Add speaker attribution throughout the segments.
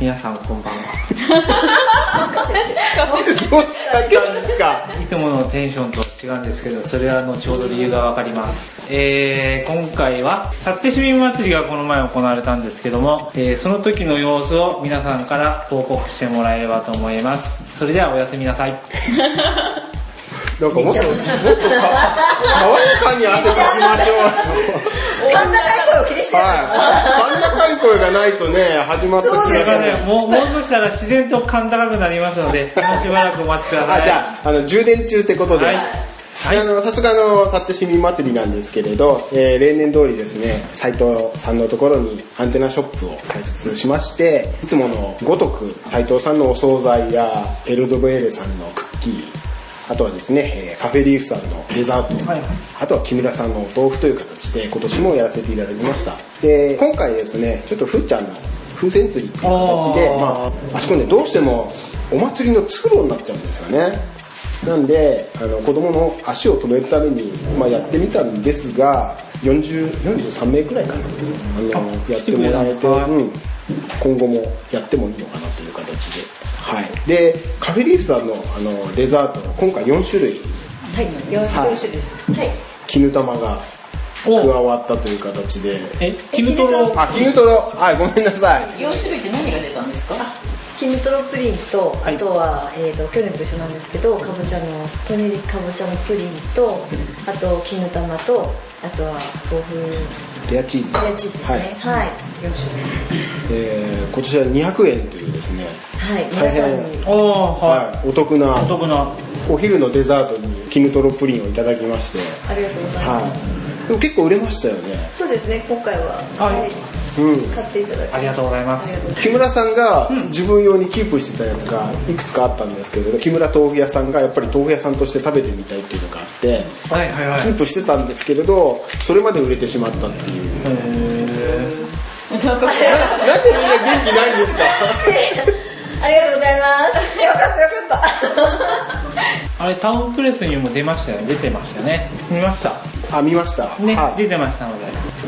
Speaker 1: 皆さんこんばんは。
Speaker 2: どうしたんですか
Speaker 1: いつものテンションと違うんですけど、それは後ほど理由がわかります。えー、今回は、さって市民祭りがこの前行われたんですけども、えーその時の様子を皆さんから報告してもらえればと思います。それではおやすみなさい。
Speaker 2: なんかもっと、もっとさ、爽やかに汗かきましょう。
Speaker 3: 神田開会を気にしてる
Speaker 2: はい。そんなかい声がないとね、始まった気
Speaker 1: だ
Speaker 2: が
Speaker 1: から
Speaker 2: ね。
Speaker 1: ね、もう、もう少したら自然と噛んだらくなりますので、もうしばらくお待ちください。
Speaker 2: あ、じゃあ、あの、充電中ってことで。
Speaker 1: はいはい
Speaker 2: あの、さすがの、さって市民祭りなんですけれど、えー例年通りですね、斉藤さんのところにアンテナショップを開設しまして、いつものごとく、斉藤さんのお惣菜や、エルドベーレさんのクッキー、あとはですね、えーカフェリーフさんのデザート、
Speaker 1: はい
Speaker 2: あとは木村さんのお豆腐という形で今年もやらせていただきましたで今回ですねちょっとふーちゃんの風船釣りっていう形で
Speaker 1: あー
Speaker 2: まあ、あそこねどうしてもお祭りの通路になっちゃうんですよねなんであの子供の足を止めるために、まあ、やってみたんですが40 43名くらいかなあの
Speaker 1: あ
Speaker 2: やってもらえ
Speaker 1: 来てくれ
Speaker 2: て、
Speaker 1: たの
Speaker 2: うん、今後もやってもいいのかなという形で、はい、でカフェリーフさんのあのデザート今回4種類
Speaker 3: はい、よろしくお願いします。はい。
Speaker 2: 絹玉が加
Speaker 1: お
Speaker 2: わったという形で
Speaker 1: え、キムトロ、
Speaker 2: あ絹とろはいごめんなさい
Speaker 4: 4種類って何が出たんですか
Speaker 3: キヌトロプリンと、
Speaker 1: はい
Speaker 3: あとは、えー、と去年と一緒なんですけどかぼちゃのトネリかぼちゃのプリンとあと絹玉とあとは豆腐
Speaker 2: レアチーズ
Speaker 3: レアチーズですねはい、4種類
Speaker 2: えー今年は200円というですね
Speaker 3: はい
Speaker 2: 大
Speaker 3: 皆さ
Speaker 2: 変
Speaker 3: んに
Speaker 1: おー、は。
Speaker 2: はい、お得ない
Speaker 1: お得な。
Speaker 2: お昼のデザートに絹とろプリンをいただきまして、
Speaker 3: ありがとうございます、
Speaker 2: はい、でも結構売れましたよね、
Speaker 3: そうですね今回は、
Speaker 1: はい
Speaker 2: うん、
Speaker 3: 買っていただき
Speaker 1: ありがとうございます
Speaker 3: ありがとうござい
Speaker 2: 木村さんが自分用にキープしてたやつがいくつかあったんですけれど木村豆腐屋さんがやっぱり豆腐屋さんとして食べてみたいっていうのがあって
Speaker 1: はいはいはい
Speaker 2: キ。ープしてたんですけれどそれまで売れてしまったっていう
Speaker 1: へー
Speaker 4: なん
Speaker 2: なんでみんな元気ないんです
Speaker 4: か
Speaker 2: か
Speaker 3: ますありがとうございます よかったよかった
Speaker 1: あれ、タウンプレスにも出ましたよね。出てましたね。見ました。
Speaker 2: あ見ました
Speaker 1: ね、
Speaker 2: はい
Speaker 1: 出てましたので。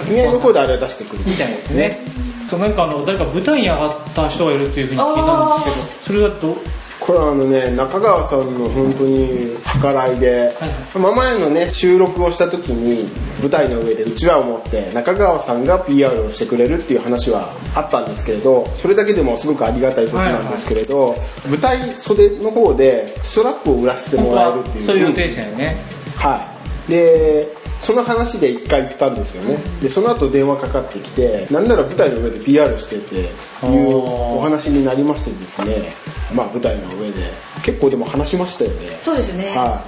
Speaker 2: 組合の方であれは出してくれて
Speaker 1: みたいですね。そう、なんかあの、誰か舞台に上がった人がいるっていうふうに聞いたんですけど、それだと、
Speaker 2: これはあのね中川さんの本当に計らいで、
Speaker 1: はい
Speaker 2: まあ前のね収録をした時に舞台の上でうちわを持って中川さんが PR をしてくれるっていう話はあったんですけれどそれだけでもすごくありがたいことなんですけれど、舞台袖の方でストラップを売らせて
Speaker 1: 本当
Speaker 2: もらえるって
Speaker 1: は
Speaker 2: いう
Speaker 1: そういう予定でしたよね。
Speaker 2: はい。で、その話で一回行ったんですよね。で、その後電話かかってきて、なんなら舞台の上で PR してて、いう
Speaker 1: おー
Speaker 2: お話になりましてですね、まあ舞台の上で、結構でも話しましたよね。
Speaker 3: そうですね
Speaker 2: はい。
Speaker 3: はい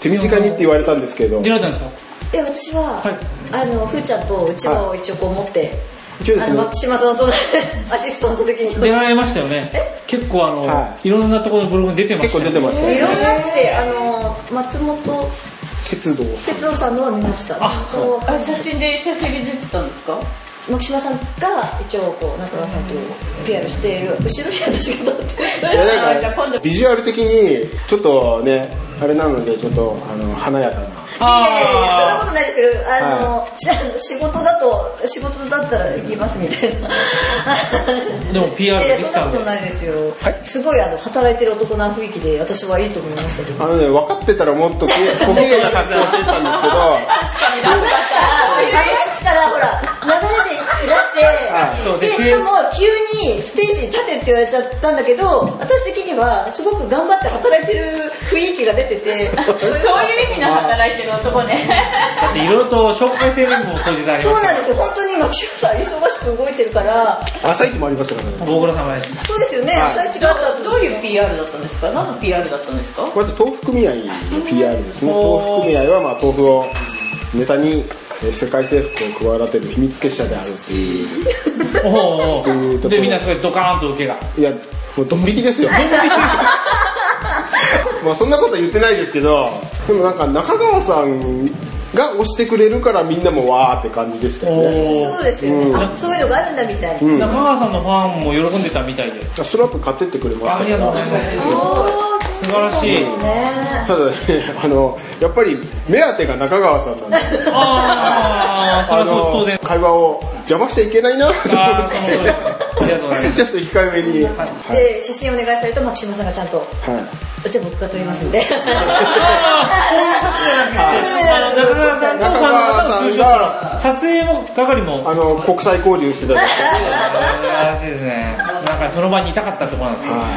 Speaker 2: 手短にって言われたんですけど、
Speaker 1: 出られたんですか
Speaker 3: え私は、
Speaker 1: はい
Speaker 3: あのふーちゃんとうちわを一応こう持って、
Speaker 2: 一応です
Speaker 3: あの
Speaker 2: ね、
Speaker 3: 松島さんと アシスタント的に
Speaker 1: 出られましたよね
Speaker 3: え。
Speaker 1: 結構あの、、
Speaker 2: はい
Speaker 1: ろんなところのブログに出てまし
Speaker 2: 結
Speaker 1: た
Speaker 2: 構
Speaker 1: よね
Speaker 2: 出てました
Speaker 3: いろん
Speaker 2: ね。
Speaker 3: なってあの松本
Speaker 2: 鉄道。
Speaker 3: 哲夫さんのは見ました
Speaker 1: あ
Speaker 3: と
Speaker 4: あれ写真で写真に出てたんですか
Speaker 3: 牧島さんが一応こう中川さんと PR している後ろに私が立って
Speaker 2: いや
Speaker 4: じゃ
Speaker 2: な
Speaker 4: あ
Speaker 2: んか
Speaker 4: 今度
Speaker 2: ビジュアル的にちょっとねあれなのでちょっとあの華やかな
Speaker 3: そんなこ
Speaker 1: あ
Speaker 3: とないですけどあの、仕事だと仕事だったら行きますみたいな
Speaker 1: でも PR
Speaker 3: いやい
Speaker 1: で
Speaker 3: や
Speaker 1: き
Speaker 3: そんな
Speaker 1: たん
Speaker 3: こ
Speaker 1: で
Speaker 3: とないですよ、すごいあの働いてる男な雰囲気で私はいいと思いましたけ ど
Speaker 2: あのね分かってたらもっとこ小綺麗な格好してたんですけど
Speaker 3: 朝一からほら流れでいらして、
Speaker 2: はい
Speaker 1: そう
Speaker 3: で
Speaker 1: で
Speaker 3: しかも急にステージに立てって言われちゃったんだけど私的にはすごく頑張って働いてる雰囲気が出て て
Speaker 4: そういう意味の働いてる男ね
Speaker 1: だっていろいろと紹介制のも当日あり
Speaker 3: そう
Speaker 1: まし
Speaker 3: なんですよ本当に今キさん忙しく動いてるから
Speaker 2: 朝一もありましたからね
Speaker 1: た。ご苦労様です。
Speaker 3: そうですよね、
Speaker 2: はい
Speaker 3: 朝一があった
Speaker 4: ど
Speaker 3: 後
Speaker 4: うどう いう PR だったんですか何の PR だったんですか
Speaker 2: まず豆腐組合の PR ですね
Speaker 1: おー
Speaker 2: 豆腐組合はまあ豆腐をネタにえー世界征服を企てる秘密結社であるってい
Speaker 1: おお
Speaker 2: というところ
Speaker 1: で、みんなそれドカーンと受けが。
Speaker 2: ういやもうドン引きですよ まあそんなことは言ってないですけどでもなんか中川さんが押してくれるからみんなもわーって感じでしたよね
Speaker 1: お
Speaker 3: そうですよね、
Speaker 2: うん
Speaker 3: あそういうのがあるんだみたい、
Speaker 1: お。中川さんのファンも喜んでたみたいで。
Speaker 2: ストラップ買ってってくれました
Speaker 1: ありがとうございます。素晴らしい。
Speaker 3: ね
Speaker 2: ただねあのやっぱり目当てが中川さんなんで
Speaker 1: ああ、それはそう当然。
Speaker 2: 会話を邪魔しちゃいけないなと思って
Speaker 1: ああ、その通り。りがとうございま
Speaker 2: ちょっと控えめに。はい。はい。
Speaker 3: で写真お願いされると牧島さんがちゃんとうちは僕が撮りますん で
Speaker 1: あ中村さんと
Speaker 2: 中川さんが
Speaker 1: 撮影も係も
Speaker 2: あの、国際交流してたんですけ
Speaker 1: 素晴らしいですねなんかその場にいたかったところなんです
Speaker 2: ど
Speaker 1: よ
Speaker 2: は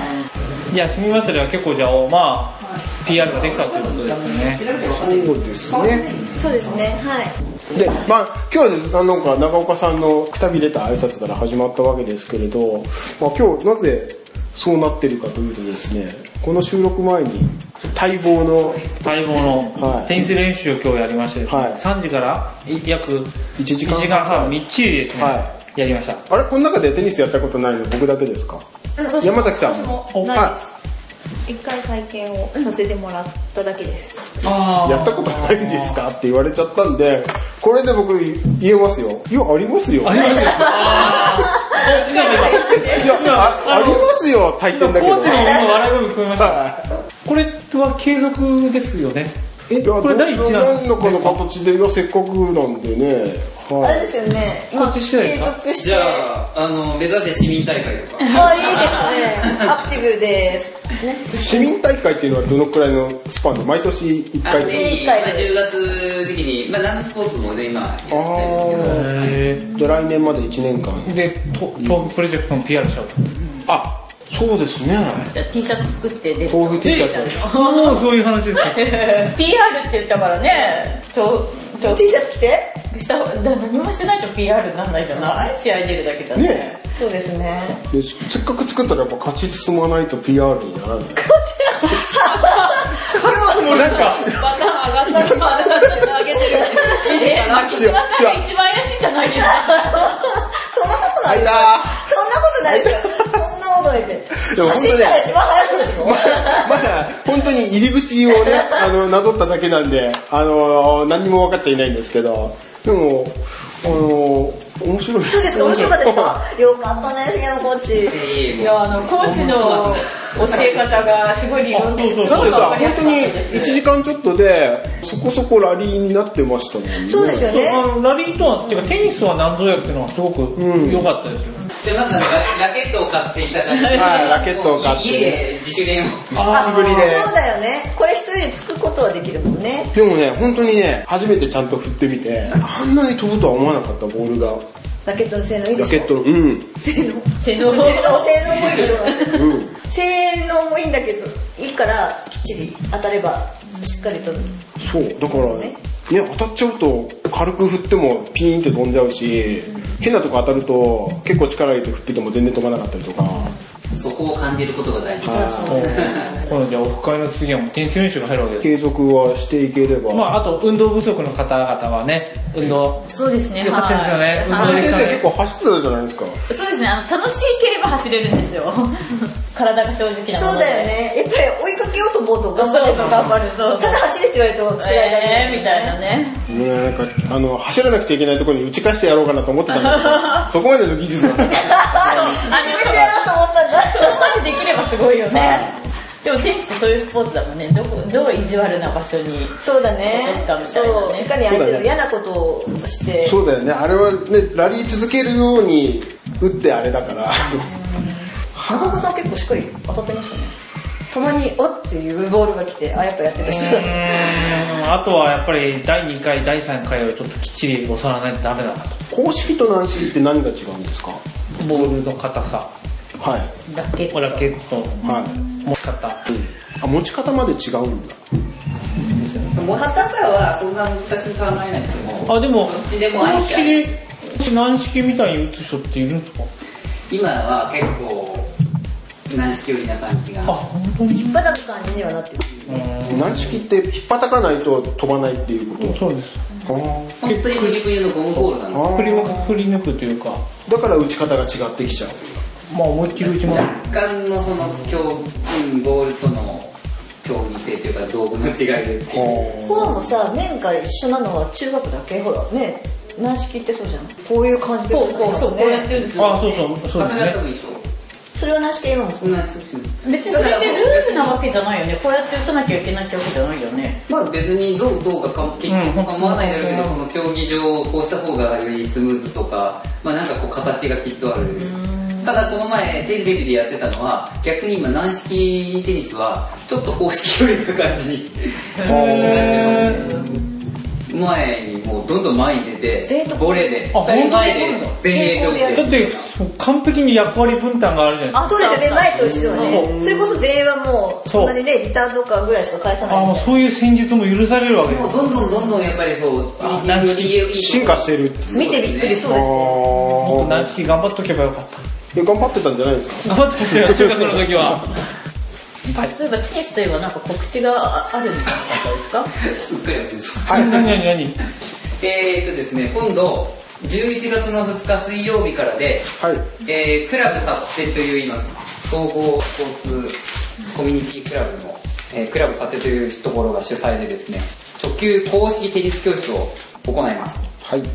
Speaker 2: い
Speaker 1: や市民祭りは結構じゃあまあ PR ができたということですね
Speaker 2: い。そうですね。
Speaker 3: そうですねはい
Speaker 2: で、まあ、今日はなんか中岡さんのくたびれた挨拶から始まったわけですけれど、まあ、今日なぜそうなってるかというとですねこの収録前に待望の
Speaker 1: 待望
Speaker 2: は
Speaker 1: の
Speaker 2: い
Speaker 1: テニス練習を今日やりましてですね、
Speaker 2: はい
Speaker 1: 3時から約
Speaker 2: 1時間
Speaker 1: 1時間半みっちりですね、
Speaker 2: は
Speaker 1: やりました
Speaker 2: あれこの中でテニスやったことないの僕だけですか山崎さん
Speaker 5: 私も
Speaker 2: お
Speaker 5: ないです一回体験をさせてもらっただけです
Speaker 1: あ
Speaker 2: やったことないんですかって言われちゃったんでこれで僕言えますよいやありますよい
Speaker 1: あり
Speaker 2: や
Speaker 1: ますよ
Speaker 2: あありますよ体
Speaker 1: コーチ
Speaker 2: 験だけ
Speaker 1: の
Speaker 2: ど
Speaker 1: 笑い声も聞こえました
Speaker 2: はい
Speaker 1: これは継続ですよねえ
Speaker 2: いや
Speaker 1: これ第一
Speaker 2: ど
Speaker 1: 弾
Speaker 2: 何のこの形でいやせっかくなんでね
Speaker 5: あ
Speaker 2: は
Speaker 5: れ
Speaker 2: い
Speaker 5: ですよね
Speaker 1: 告知してないで
Speaker 5: 継
Speaker 1: すか
Speaker 5: 続して
Speaker 6: じゃあ、あの、目指せ市民大会とか。
Speaker 5: あいいですねアクティブです
Speaker 2: 市民大会っていうのはどのくらいのスパンで毎年1
Speaker 6: あ、
Speaker 2: 回
Speaker 6: ぜひ、まあ、10月時期に、まあ、何のスポーツもね、今、やって
Speaker 2: あ
Speaker 6: たりですけど。
Speaker 1: へ
Speaker 2: ーじゃあ来年まで1年間
Speaker 1: ーでと豆腐プロジェクトの PR しちゃう
Speaker 2: あそうですね
Speaker 4: じゃあ T シャツ作って出る
Speaker 2: 豆腐 T シャツ
Speaker 1: もうそういう話ですか
Speaker 4: PR って言ったからねとと
Speaker 3: T シャツ着て
Speaker 4: しただ何もしてないと PR にならないじゃない試合出るだけじゃない、
Speaker 2: ね
Speaker 3: そうですね
Speaker 2: えでせっかく作ったらやっぱ勝ち進まないと PR にならない
Speaker 1: もう なんか
Speaker 5: また上がったまた上げて
Speaker 4: ええ牧島さんが一番怪しいんじゃないですか
Speaker 3: そんなことな
Speaker 2: あ
Speaker 3: い
Speaker 2: い
Speaker 3: そんな
Speaker 2: た
Speaker 3: ことないですよそんなことないで
Speaker 2: でも本当ね
Speaker 3: 走ったら一番速いですよ
Speaker 2: ーまだ本当に入り口を ねあのなぞっただけなんであの何にも分かっちゃいないんですけどでもあの面白い
Speaker 3: どうですか面白かったですかよかったね杉山コーチ
Speaker 6: え
Speaker 4: いやあのコーチの教え方がすごい理論的です
Speaker 2: こ
Speaker 4: ご
Speaker 2: れ
Speaker 4: い
Speaker 2: さ
Speaker 4: 分か
Speaker 2: 本
Speaker 4: りやす
Speaker 2: 当
Speaker 4: かっ
Speaker 2: に
Speaker 4: たです
Speaker 2: 1時間ちょっとでそこそこラリーになってましたもんね
Speaker 3: そうですよね
Speaker 1: あのラリーとはっていうかテニスとは何ぞやっていうのはすごく良かったですよ、
Speaker 6: で、まずあのラ、ラケットを買っていただいて、
Speaker 2: はいラケットを買って
Speaker 6: 家で自主練を。
Speaker 2: 久しぶりで
Speaker 3: そうだよねこれ一人でつくことはできるもんね
Speaker 2: でもね本当にね初めてちゃんと振ってみてあんなに飛ぶとは思わなかったボールが
Speaker 3: ラケットの性能いいで
Speaker 2: ラ
Speaker 3: し
Speaker 2: ケ
Speaker 3: ょ
Speaker 2: ットのうん
Speaker 3: 性能
Speaker 4: 性
Speaker 3: 性
Speaker 4: 能
Speaker 3: 能もいいでしょ
Speaker 2: うん
Speaker 3: 性能もいいんだけどいいからきっちり当たればしっかりと
Speaker 2: そうだからね当たっちゃうと軽く振ってもピーンって飛んじゃうし変なとこ当たると結構力入れて振ってても全然飛ばなかったりとか
Speaker 6: そこを感じることが大事。
Speaker 1: このじゃあオフ会の次はもうテニス練習が入るわけです
Speaker 2: 継続はしていければ、
Speaker 1: まああと運動不足の方々はね運動
Speaker 4: そうですね
Speaker 1: よかったですよね運動
Speaker 2: あ
Speaker 4: はい
Speaker 2: の
Speaker 1: で
Speaker 2: 先
Speaker 1: きた
Speaker 2: 生結構走ってたじゃないですか
Speaker 4: そうですねあの楽しければ走れるんですよ 体が正直なも
Speaker 3: そ
Speaker 4: の
Speaker 3: う
Speaker 4: で
Speaker 3: だよねやっぱり追いかけようと思うと
Speaker 4: そう
Speaker 3: 頑張
Speaker 4: そう
Speaker 3: れる
Speaker 4: 頑張るそう
Speaker 3: ただ走れって言われると辛いだけだよ
Speaker 4: え
Speaker 3: ね
Speaker 4: ーみたいなね
Speaker 2: ねなんかあの走らなくちゃいけないところに打ち返してやろうかなと思ってたん だけどそこまでの技術が
Speaker 4: あ
Speaker 3: 初めてやろうと思ったんだ
Speaker 4: そこまでできればすごいよね でもテニスってそういうスポーツだもんねどこどう意地悪な場所に
Speaker 3: そうだね
Speaker 4: 落とすかみたいなね
Speaker 3: そういかに相手の嫌なことをして
Speaker 2: そうだよねあれはねラリー続けるように打ってあれだから
Speaker 3: 中岡さん結構しっかり当たってましたねたまに「おっ」っていうボールが来てあやっぱやってた人だ
Speaker 1: うーんあとはやっぱり第2回第3回をちょっときっちり押さらないとダメだなと
Speaker 2: 公式と軟式って何が違うんですか
Speaker 1: ボールの硬さ
Speaker 2: はい
Speaker 4: ラケット
Speaker 1: ラケット
Speaker 2: はい、
Speaker 1: 持ち方
Speaker 2: あ持ち方まで違うんだ
Speaker 6: 持ち方はそんな難しく考えなくても、
Speaker 1: あでも
Speaker 6: どっちでもあ
Speaker 1: 軟
Speaker 6: り
Speaker 1: 式
Speaker 6: かい
Speaker 1: で軟式みたいに打つ人っているんですか
Speaker 6: 今は結構、軟式寄りな感じが。
Speaker 1: あ本当に
Speaker 3: 引っ張った感じにはなってる
Speaker 2: 軟式って引っ叩かないと飛ばないっていうこ
Speaker 1: そうです
Speaker 2: と、あ
Speaker 6: 本当にブニブニのゴムボールなん
Speaker 2: ー
Speaker 6: で
Speaker 2: あ
Speaker 1: 振り
Speaker 2: ー
Speaker 1: 抜く振り抜くというか
Speaker 2: だから打ち方が違ってきちゃう
Speaker 1: まあ思いっきり打ちますす
Speaker 6: 若干のその競うんボールとの競技性というか道具の違いでっていう
Speaker 3: フォーもさ面が一緒なのは中学だけほらね軟式ってそうじゃんこういう感じで
Speaker 4: こうこうそうこうやってるんですよ
Speaker 1: あそうそうそう
Speaker 6: あ
Speaker 1: で
Speaker 6: そ
Speaker 1: す
Speaker 6: れは多
Speaker 1: ね
Speaker 6: 分一緒
Speaker 3: それは軟式で今も
Speaker 6: 同じですよ
Speaker 4: 別にそれってルールなわけじゃないよねこうやって打たなきゃいけないってわけじゃないよね
Speaker 6: まあ別にどうどうかか結
Speaker 1: うん
Speaker 6: 局構わないだろうけど、その競技場をこうした方がよりスムーズとかまあなんかこう形がきっとあるただこの前テレビでやってたのは逆に今軟式テニスはちょっと方式寄りな感じになってますね前にもうどんどん前に出
Speaker 3: 全員
Speaker 6: て
Speaker 3: と
Speaker 6: ボレーで
Speaker 1: あ
Speaker 6: 2人前で前衛で
Speaker 1: だって完璧に役割分担があるじゃない
Speaker 3: あそうですよね前と後ろは
Speaker 1: う
Speaker 3: ねそれこそ全員はもう
Speaker 1: そ
Speaker 3: そう
Speaker 1: そ
Speaker 3: ん
Speaker 1: う
Speaker 3: なにねリターンとかぐらいしか返さ
Speaker 1: あ
Speaker 3: ない
Speaker 1: もうそういう戦術も許されるわけで
Speaker 6: もう
Speaker 1: す
Speaker 6: どんどんどんどんやっぱりそう
Speaker 1: あ軟式
Speaker 6: いいいい
Speaker 2: 進化してる
Speaker 3: 見てびっくりそう
Speaker 2: あ
Speaker 3: です
Speaker 1: もっと
Speaker 2: ー
Speaker 1: 軟式頑張っとけばよかった
Speaker 2: いや頑張ってたんじゃないですか
Speaker 1: 頑張ってましたよ中学の時は
Speaker 4: そういえばテニスといえばなんか告知がああるんじゃなかったですか
Speaker 6: すっとやつです
Speaker 2: はい
Speaker 1: 何何何
Speaker 6: えー、っとですね今度11月の2日水曜日からで
Speaker 2: はい
Speaker 6: えークラブサテという今総合スポーツコミュニティクラブの、えークラブサテというところが主催でですね初級公式テニス教室を行います
Speaker 2: はい
Speaker 6: はい、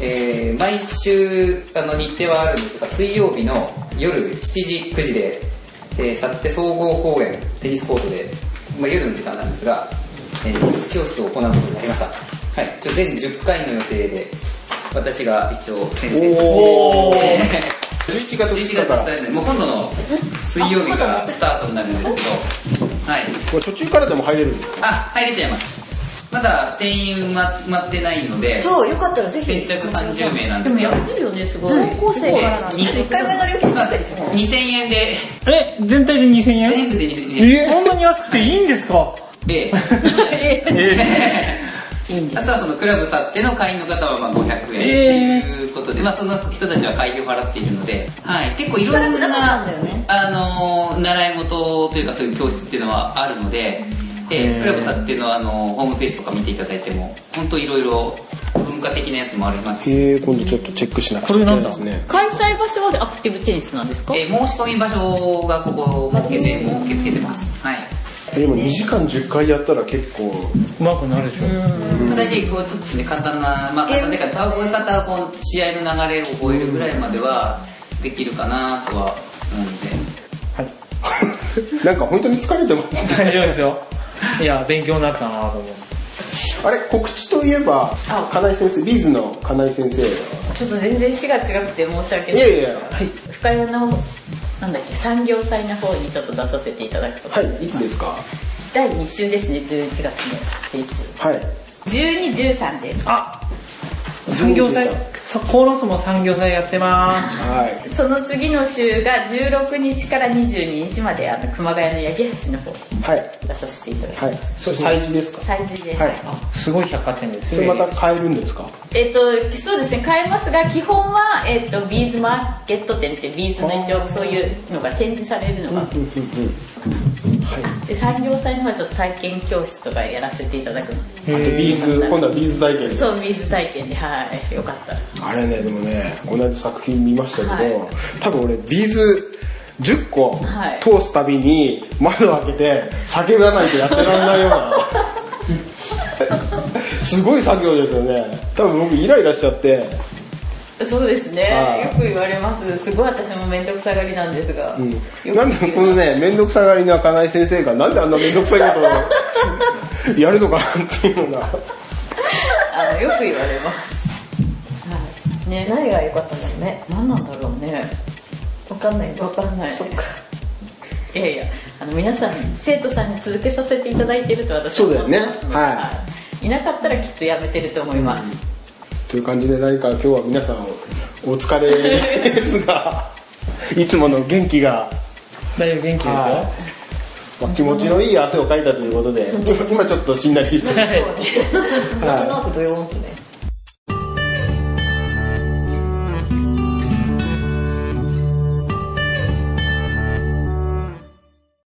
Speaker 6: えー毎週あの日程はあるんですが水曜日の夜7時9時で、えー、去って総合公園テニスコートで、まあ、夜の時間なんですが、えーテニス教室を行うことになりました、はい、ちょ全10回の予定で私が一応先生として
Speaker 1: おー
Speaker 2: 11月
Speaker 6: 11
Speaker 2: 2
Speaker 6: 月
Speaker 2: 日から
Speaker 6: スタートもう今度の水曜日からスタートになるんですけどはい
Speaker 2: これ途中からでも入れるんです
Speaker 6: あ入れちゃいますまだ定員埋まってないので
Speaker 3: そうよかったらぜひ
Speaker 6: 先着30名なんで
Speaker 4: ですも
Speaker 6: が
Speaker 4: 安いよねすごい
Speaker 5: 高校生からなんで
Speaker 3: 一回分の料金だったです
Speaker 6: 2000円で、
Speaker 1: え全体で2000円
Speaker 6: 全部で2000円
Speaker 2: え
Speaker 1: こんなに安くていいんですか
Speaker 6: で、あとはそのクラブ去っての会員の方はまあ500円と
Speaker 1: えー
Speaker 6: いうことで、まあその人たちは会費を払っているので、はい、結構い
Speaker 3: し
Speaker 6: ろ
Speaker 3: ばら
Speaker 6: ん
Speaker 3: くな
Speaker 6: な
Speaker 3: かったんだよね
Speaker 6: あのー習い事というかそういう教室っていうのはあるので、え
Speaker 1: うん
Speaker 6: ー、クラブ去ってのあのホームページとか見ていただいても、本当いろいろ文化的なやつもありますし、
Speaker 2: えー、今度ちょっとチェックしなくちゃいけないですね
Speaker 4: 開催場所はアクティブテニスなんですか
Speaker 6: えー申し込み場所がここ設けて、もう受け付けてます。はい。
Speaker 2: でも2時間10回やったら結構
Speaker 1: うまくなるでしょ
Speaker 6: まあ大体こうちょっとね簡単な、まあ、簡単でか覚え方こう試合の流れを覚えるぐらいまではできるかなとは思うんで
Speaker 1: はい
Speaker 2: なんか本当に疲れてますね
Speaker 1: 大丈夫ですよいや勉強になったなと思う
Speaker 2: あれ告知といえば金井先生ビーズの金井先生
Speaker 4: ちょっと全然市が違くて申し訳
Speaker 2: い
Speaker 4: な
Speaker 2: や
Speaker 4: い
Speaker 2: いや
Speaker 4: 深谷のなんだっけ産業祭の方にちょっと出させていただくことにな
Speaker 2: はい
Speaker 4: り
Speaker 2: い
Speaker 4: ま
Speaker 2: つ
Speaker 4: す
Speaker 2: ですか
Speaker 4: 第2週ですね11月の平日
Speaker 2: はい
Speaker 4: 1213です
Speaker 1: あ産業祭そうコーラスも産業祭やってます
Speaker 2: は
Speaker 4: その次の週が16日から22日まであの熊谷の八木橋の方
Speaker 2: いはい
Speaker 4: 出させていただき
Speaker 2: はいそれ催事ですか
Speaker 4: 催事で、
Speaker 2: はい
Speaker 1: すごい百貨店です
Speaker 2: そ
Speaker 1: よ
Speaker 2: れまた変えるんですか
Speaker 4: えっとそうですね買えますが基本は、えっとビーズマーケット展ってビーズの一応そういうのが展示されるのが、
Speaker 2: うんうんうん
Speaker 4: で産業祭の方はちょっと体験教室とかやらせていただくので
Speaker 2: あとビーズ今度はビーズ体験
Speaker 4: そうビーズ体験ではいよかったら
Speaker 2: あれねでもね同じ作品見ましたけど、
Speaker 4: はい
Speaker 2: 多分俺ビーズ10個
Speaker 4: はい
Speaker 2: 通すたびに窓を開けて叫ばないとやってられないよう なすごい作業ですよね多分僕イライラしちゃって
Speaker 4: そうですね
Speaker 2: はい
Speaker 4: よく言われますすごい私も面倒くさがりなんですが、よく
Speaker 2: なんでこのね面倒くさがりの金井先生がなんであんな面倒くさいことをやるのかなっていうのが
Speaker 4: あのよく言われます、はい、ね
Speaker 3: 何が良かったんだろうね
Speaker 4: 何なんだろうね
Speaker 3: わかんない
Speaker 4: わかんない
Speaker 3: そっか
Speaker 4: いやいやあの皆さん生徒さんに続けさせていただいてると私は思ってます
Speaker 2: そうだよ
Speaker 4: ので
Speaker 2: ねはい
Speaker 4: い、いなかったらきっとやめてると思います、
Speaker 2: という感じで何か今日は皆さんお疲れですがいつもの元気が
Speaker 1: 大丈夫元気ですよ
Speaker 2: はいまあ、気持ちのいい汗をかいたということで今ちょっとしんなりして
Speaker 3: なんとなくどよーんとね